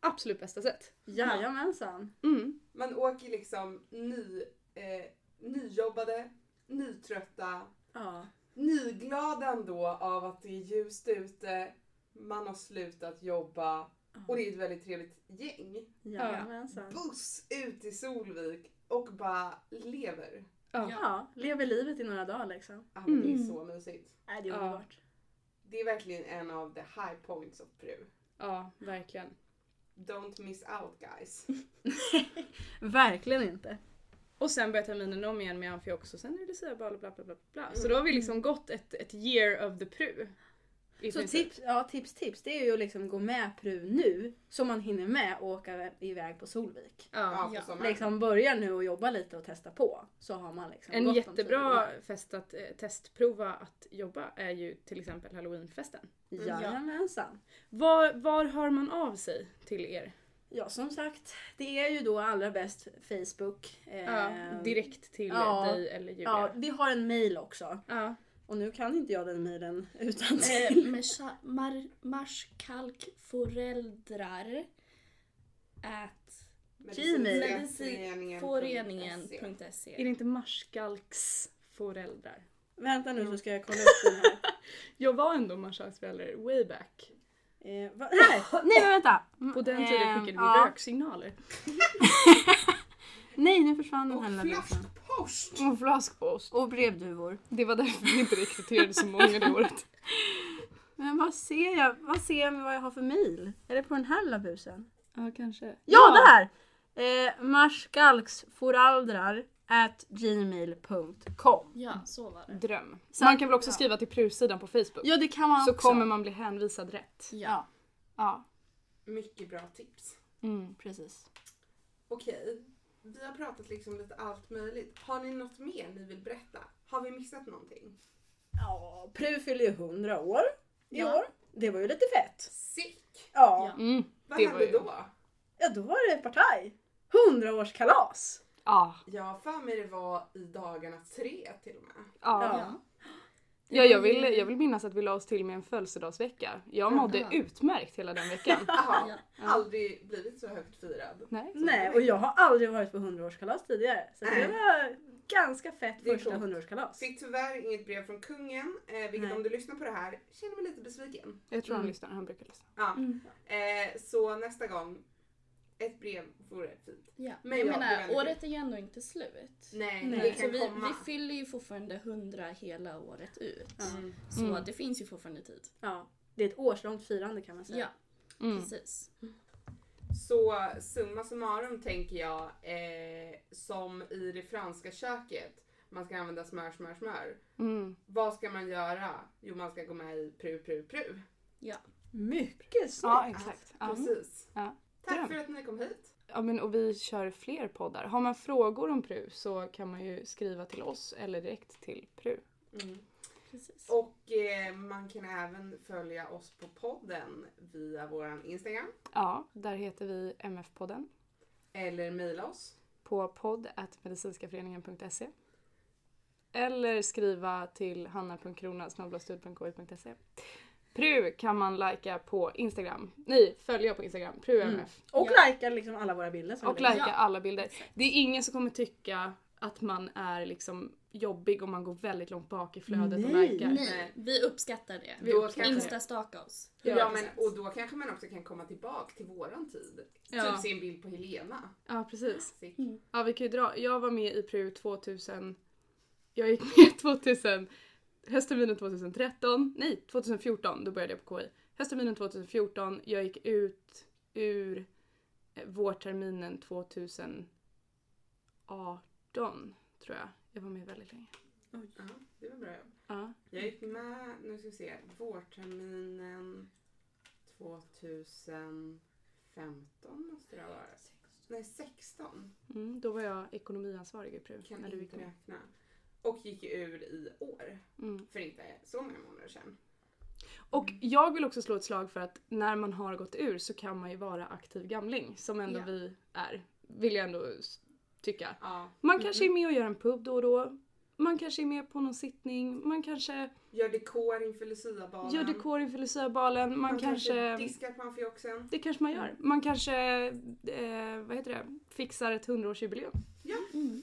S1: absolut bästa sätt.
S5: Jajamensan.
S1: Mm.
S3: Man åker liksom ny, eh, nyjobbade, nytrötta,
S5: Ja.
S3: nyglada ändå av att det är ljust ute, man har slutat jobba och det är ett väldigt trevligt gäng.
S5: Jajamensan.
S3: Buss ut i Solvik och bara lever.
S1: Ja.
S5: Ja, lever livet i några dagar liksom.
S3: Ah, men Det är
S4: Mm.
S3: så mysigt.
S5: Nej, det är
S1: Ja.
S5: underbart.
S3: Det är verkligen en av the high points of Peru.
S1: ja, verkligen.
S3: Don't miss out guys.
S5: Verkligen inte.
S1: Och sen börjar terminen om igen med Amfi också, sen är det Lucia bla bla bla bla bla. Så då har vi liksom gått ett, ett year of the Pru. I
S5: Så
S1: princip.
S5: tips, ja, tips, tips det är ju att liksom gå med Pru nu så man hinner med att åka iväg på Solvik.
S1: Ja.
S3: Ja, på
S4: Ja,
S3: sommaren.
S5: Liksom börja nu och jobba lite och testa på så har man liksom
S1: En
S5: gott om
S1: jättebra fest att eh, testprova att jobba är ju till exempel halloweenfesten.
S5: tid. Jajamensan.
S1: Var, var hör man av sig till er?
S5: Ja som sagt, det är ju då allra bäst Facebook. eh,
S1: Ja, direkt till
S5: ja.
S1: dig eller
S5: Ja,
S1: Julia.
S5: vi har en mail också.
S1: Ja.
S5: Och nu kan inte jag den mailen utan
S4: Eh, marscha- mar, marskalkföräldrar at
S3: Medicinföreningen.se.
S4: medicinföreningen.se.
S1: Är det inte marskalks föräldrar?
S5: Vänta nu så ska jag kolla upp den här.
S1: Jag var ändå marskalksförälder way back.
S5: Eh, va, här!
S6: Nej men vänta!
S5: Mm,
S1: På den
S5: Eh,
S1: tiden
S6: Ehm,
S1: skickade vi
S6: ja.
S1: röksignaler.
S6: Nej nu försvann den
S3: Och
S6: här lilla brevlådan.
S3: flaskpost!
S1: Och flaskpost.
S6: Och brevduvor.
S1: Det var därför vi inte rekryterade så många det året.
S5: Men vad ser jag? Vad ser jag med vad jag har för mail? Är det på den här lilla busen?
S1: Ja, kanske.
S5: Ja, där! Eh, Marskalksforaldrar at gmail.com
S4: Ja, så var det.
S1: Dröm.
S5: Så-
S1: man kan väl också skriva till prusidan på Facebook?
S5: Ja det kan man
S1: så
S5: också.
S1: kommer man bli hänvisad rätt.
S4: Ja.
S1: Ja.
S3: Mycket bra tips.
S1: Mm.
S6: Precis.
S3: Okej, vi har pratat liksom lite allt möjligt. Har ni något mer ni vill berätta? Har vi missat någonting?
S5: Ja, Pru fyller ju 100 år i
S4: Ja.
S5: år. Det var ju lite fett.
S3: Sick!
S5: Ja.
S4: Ja.
S1: Mm.
S3: Vad
S1: Det var
S3: hände
S1: ju-
S3: då?
S5: Ja, då var det partaj. 100-årskalas.
S1: Ja.
S3: Jag har för mig det var i dagarna tre till och med.
S1: ja.
S5: Ja.
S1: Ja, jag vill, jag vill minnas att vi la oss till med en födelsedagsvecka. Jag mådde
S4: Ja.
S1: utmärkt hela den veckan.
S3: Jaha,
S4: Ja.
S3: aldrig blivit så högt firad.
S1: Nej.
S5: Nej, och jag har aldrig varit på 100-årskalas tidigare. Så det
S3: Nej.
S5: var ganska fett
S3: Det är
S5: första
S3: coolt.
S5: 100-årskalas.
S3: Fick tyvärr inget brev från kungen, eh, vilket
S5: Nej.
S3: om du lyssnar på det här känner mig lite besviken.
S1: Jag tror han
S5: Mm.
S1: lyssnar, han brukar lyssna.
S3: Ja.
S4: Mm.
S3: Eh, så nästa gång, ett brev vore fint.
S4: Ja.
S3: Men
S4: Men
S3: ja,
S4: jag
S3: det var
S4: menar,
S3: ändå
S4: året är ju ändå inte slut. Eh,
S3: Nej,
S5: Nej.
S3: det
S4: Så
S3: kan
S4: vi,
S3: komma.
S4: vi fyller ju fortfarande 100 hela året ut.
S5: Ja.
S4: Så
S1: Mm.
S4: det finns ju fortfarande tid.
S5: Ja, det är ett årslångt firande kan man säga.
S4: Ja,
S1: Mm.
S4: precis.
S3: Så summa summarum tänker jag, eh, som i det franska köket, man ska använda smör, smör, smör.
S1: Mm.
S3: Vad ska man göra? Jo, man ska gå med i pru, pru, pru.
S5: Mycket
S1: Ja,
S5: snyggt.
S1: exakt.
S3: Ja,
S1: Ja.
S3: Precis.
S1: Ja.
S3: Tack
S1: Dröm.
S3: för att ni kom hit.
S1: Ja, men, och vi kör fler poddar. Har man frågor om PRU så kan man ju skriva till oss eller direkt till PRU.
S4: precis.
S3: Och eh, man kan även följa oss på podden via vår Instagram
S1: Ja, där heter vi MF-podden
S3: eller mejla oss.
S1: på podd.medicinskaföreningen.se. eller skriva till hanna.krona.snabbelastud.ki.se. Pru kan man lika på Instagram. Nej, följa på Instagram. PruMF.
S5: Och
S4: Ja.
S5: likea liksom alla våra bilder. som
S1: Och
S5: vi lägger.
S1: lika
S4: Ja.
S1: alla bilder. Det är ingen som kommer tycka att man är liksom jobbig om man går väldigt långt bak i flödet och
S5: Nej.
S1: likar.
S4: Nej, vi uppskattar det.
S1: Vi
S3: Då
S1: uppskattar
S3: kanske,
S4: Insta staka oss.
S3: ja, men, och då kanske man också kan komma tillbaka till våran tid.
S1: Ja.
S3: Typ se en bild på Helena.
S1: Ja, precis.
S3: Sick.
S1: Ja, vi kan ju dra. Jag var med i PRU 2000. Jag gick med 2000. Höstterminen 2013. Nej, 2014. Då började jag på KI. Höstterminen 2014. Jag gick ut ur eh, vårterminen 2018 tror jag. Jag var med väldigt länge.
S3: Ja, det var bra jobb.
S1: Ja.
S3: Jag gick med, nu ska vi se, vårterminen 2015 måste det ha varit. Nej, 16
S1: Mm, då var jag ekonomiansvarig i PRU
S3: kan
S1: när du gick
S3: inte
S1: med.
S3: räkna. Och gick ur i år,
S1: Mm.
S3: för inte så många månader sedan.
S1: Och jag vill också slå ett slag för att när man har gått ur så kan man ju vara aktiv gamling som ändå
S4: Ja.
S1: vi är. Vill jag ändå s- tycka.
S3: Ja.
S1: Man kanske är med och gör en pub då och då. Man kanske är med på någon sittning. Man kanske
S3: Gör dekor inför Luciabanan.
S1: gör dekor inför Luciabalen. Man,
S3: Man kanske
S1: kanske... Mm.
S3: diskar på amfioxen.
S1: Det kanske man gör. Man kanske, eh, vad heter det, fixar ett hundraårsjubileum.
S3: Ja,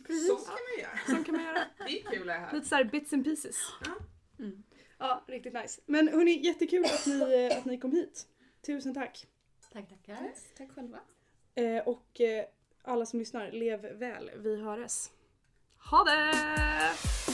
S1: precis.
S3: så kan man göra.
S1: Sånt kan man göra.
S3: Det är kul att höra.
S1: Lite såhär bits and pieces.
S3: Ja.
S5: Mm.
S1: Ja, riktigt nice. Men hörni, jättekul att ni, eh, att ni kom hit. Tusen tack.
S6: Tack, tackar.
S4: Tack, tack själva.
S1: Eh, och eh, alla som lyssnar, lev väl. Vi höres. Ha det!